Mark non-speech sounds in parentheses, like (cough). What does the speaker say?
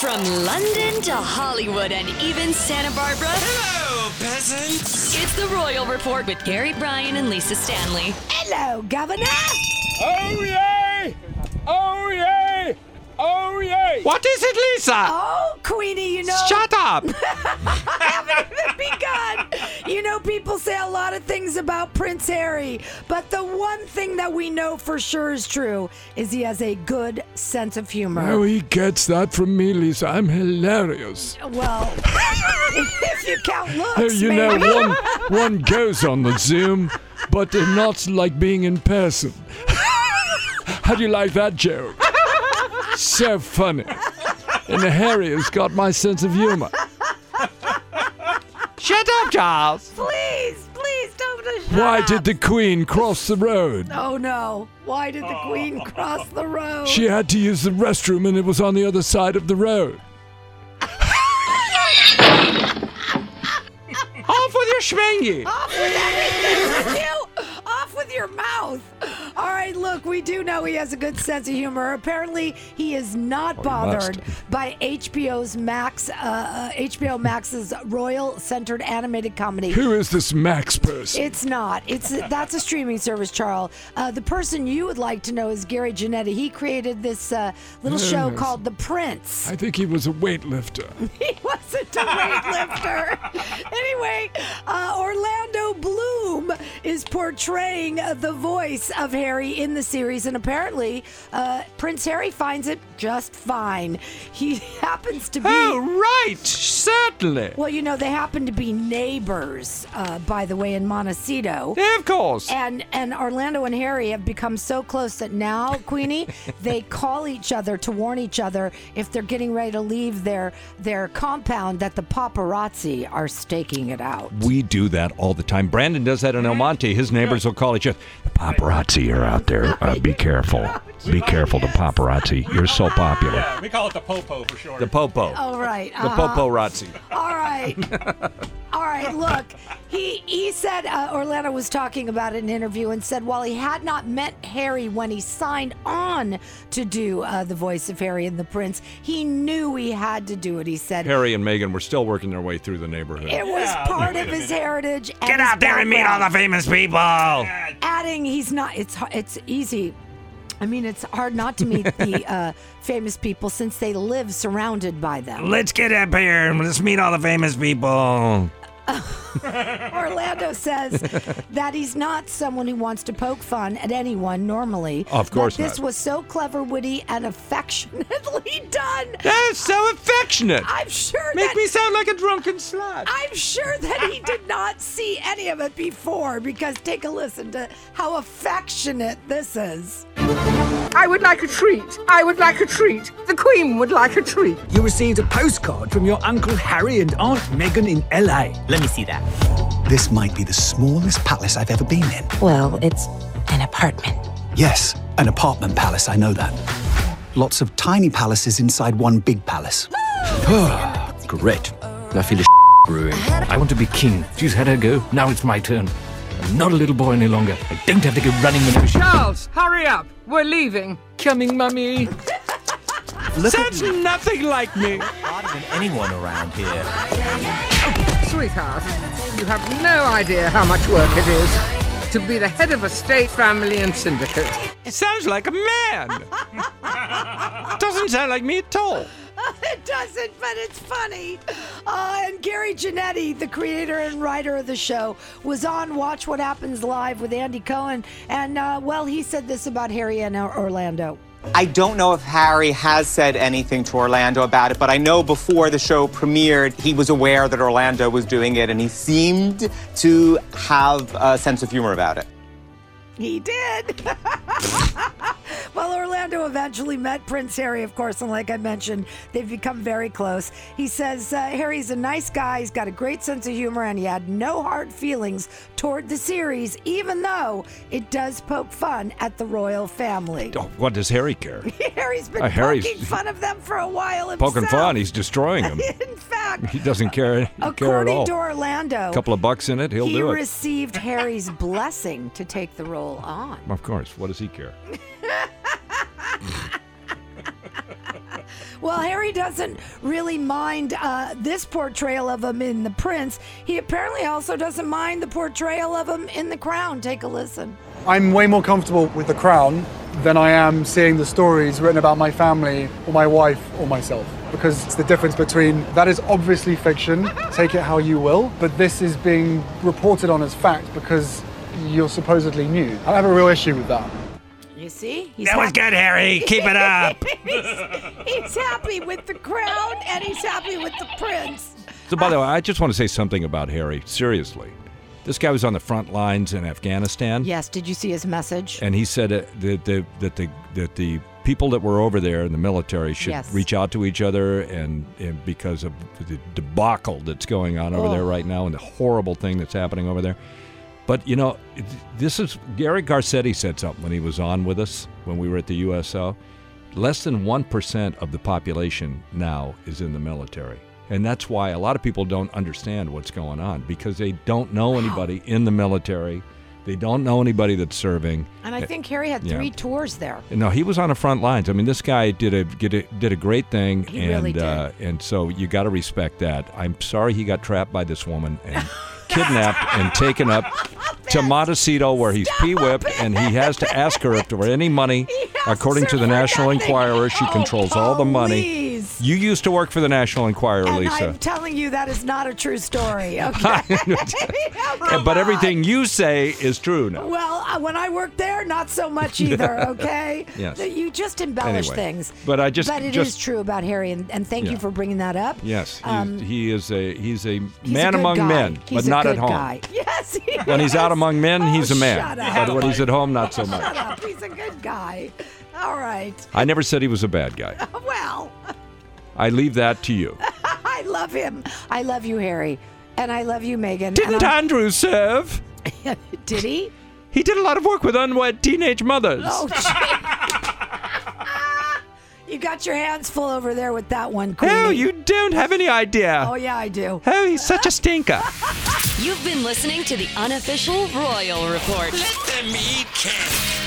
From London to Hollywood and even Santa Barbara, Hello, peasants. it's the Royal Report with Gary Bryan and Lisa Stanley. Hello, Governor. Oh yay! Oh yay! Oh yay! What is it, Lisa? Oh, Queenie, you know, Shut up! I haven't even begun. You know, people say a lot of things about Prince Harry, but the one thing that we know for sure is true is he has a good sense of Oh, humor. he gets that from me, Lisa. I'm hilarious. (laughs) Well, if you count Oh, looks, you know, maybe. one one goes on the Zoom, but uh, not like being in person. (laughs) How do you like that joke? So funny. And Harry has got my sense of humor. Shut (laughs) up, Charles! Oh. please, please don't just Why shut did up. the Queen cross the road? Oh no! Why did the Queen cross the road? She had to use the restroom and it was on the other side of the road. Off with your schmingy! Oh. Off with everything with you! Off with your mouth! All right, look, we do know he has a good sense of humor. Apparently, he is not bothered by HBO's Max, uh, uh, HBO Max's royal-centered animated comedy. Who is this Max person? It's not. It's that's a streaming service, Charles. Uh, the person you would like to know is Gary Janetti. He created this uh, little show Yes. called The Prince. I think he was a weightlifter. he wasn't a weightlifter. (laughs) anyway, uh, Orlando Bloom is portraying uh, the voice of Harry in the series, and apparently, uh, Prince Harry finds it just fine. He (laughs) happens to be. Oh, right! Certainly! Well, you know, they happen to be neighbors, uh, by the way, in Montecito. Yeah, of Eh. course! And and Orlando and Harry have become so close that now, (laughs) Queenie, they call each other to warn each other if they're getting ready to leave their their compound that the paparazzi are staking it out. We do that all the time. Brandon does that in El Monte. His neighbors will call each other. The paparazzi are out there. Uh, be careful. Be careful, the paparazzi. You're so popular. We call it the popo for short. The popo. Oh. All right. The uh-huh. popo razzi. All (laughs) right. All right, look. He he said uh, Orlando was talking about it in an interview and said while he had not met Harry when he signed on to do uh, the voice of Harry and the Prince, he knew he had to do it. He said Harry and Meghan were still working their way through the Eh. neighborhood. It was part of his heritage. And Get out there and meet all the famous people! Adding, he's not. It's har- it's easy. I mean, it's hard not to meet (laughs) the uh, famous people since they live surrounded by them. Let's get up here and let's meet all the famous people. (laughs) Orlando says that he's not someone who wants to poke fun at anyone normally. Of course but this not. was so clever, witty, and affectionately (laughs) done. That is so affectionate. I'm sure Make that me sound like a drunken slut. I'm sure that he did not see any of it before because take a listen to how affectionate this is. (laughs) I would like a treat. I would like a treat. The Queen would like a treat. You received a postcard from your Uncle Harry and Aunt Meghan in LA. Let me see that. This might be the smallest palace I've ever been in. Well, it's an apartment. Yes, an apartment palace, I know that. Lots of tiny palaces inside one big palace. Great. I feel a brewing. I want to be king. She's had her go. Now it's my turn. I'm not a little boy any longer. I don't have to go running whenever she. Charles, hurry up. We're leaving. Coming, mummy. Look at That's nothing like me. Anyone around here? Sweetheart, you have no idea how much work it is to be the head of a state, family, and syndicate. (laughs) Sounds like a man. Doesn't sound like me at all. It it doesn't, but it's funny. Uh, and Gary Janetti, the creator and writer of the show, was on Watch What Happens Live with Andy Cohen. And, uh, well, he said this about Harry and Orlando. I don't know if Harry has said anything to Orlando about it, but I know before the show premiered, he was aware that Orlando was doing it, and he seemed to have a sense of humor about it. He did. (laughs) well, Orlando eventually met Prince Harry, of course, and like I mentioned, they've become very close. He says uh, Harry's a nice guy, he's got a great sense of humor, and he had no hard feelings toward the series, even though it does poke fun at the royal family. Oh, what does Harry care? (laughs) Harry's been Uh, Harry's- poking fun of them for a while himself. Poking fun, he's destroying (laughs) them. In fact, He doesn't care, care at according all. to Orlando, A couple of bucks in it, he'll he do it. received Harry's (laughs) blessing to take the role on. of course. What does he care? Well, Harry doesn't really mind uh, this portrayal of him in The Prince. He apparently also doesn't mind the portrayal of him in The Crown. Take a listen. I'm way more comfortable with the crown than I am seeing the stories written about my family or my wife or myself. Because it's the difference between that is obviously fiction, take it how you will, but this is being reported on as fact because you're supposedly new. I have a real issue with that. You see? That was good, Harry. Keep it up. he's, he's happy with The Crown and he's happy with The Prince. So, by the way, I just want to say something about Harry. Seriously, this guy was on the front lines in Afghanistan, Yes, did you see his message? and he said uh, that the that the that the people that were over there in the military should Yes. reach out to each other, and, and because of the debacle that's going on over Oh. there right now, and the horrible thing that's happening over there. But you know, it- this is Gary Garcetti said something when he was on with us when we were at the USO. Less than one percent of the population now is in the military, and that's why a lot of people don't understand what's going on because they don't know anybody in the military. They don't know anybody that's serving. And I think Harry had Yeah. three tours there. No, he was on the front lines. I mean, this guy did a did a, did a great thing, He and really did. Uh, and so you got to respect that. I'm sorry he got trapped by this woman (laughs) and kidnapped and taken up to Montecito, where he's pee whipped, and he has to ask her if there were any money. According to the National Enquirer, she controls all the money. Oh, please. You used to work for the National Enquirer, Lisa. I'm telling you, that is not a true (laughs) story, okay? (laughs) Yeah, Eh, but everything you say is true now. Well, uh, when I worked there, not so (laughs) much either. Okay. Yes. You just embellish Anyway, things. but I just- But it is just- true about Harry, and, and thank you Yeah. for bringing that up. Yes, he, Um, he is a he's a he's a man good among guy. men, He's but a not good at home. guy. (laughs) Yes. He When he's is. out among men, he's a Oh, man. shut up. But when he's at home, not so Shut much. up. He's a good guy. All right. I never said he was a bad guy. Well, (laughs) I leave that to you. I love him. I love you, Harry, and I love you, Megan. Didn't Andrew serve? (laughs) Did he? He did a lot of work with unwed teenage mothers. (laughs) Oh, gee. (laughs) you got your hands full over there with that one, Queenie. Oh, you don't have any idea. Oh, yeah, I do. Oh, he's such a stinker. You've been listening to the unofficial Royal Report. Let them eat cake.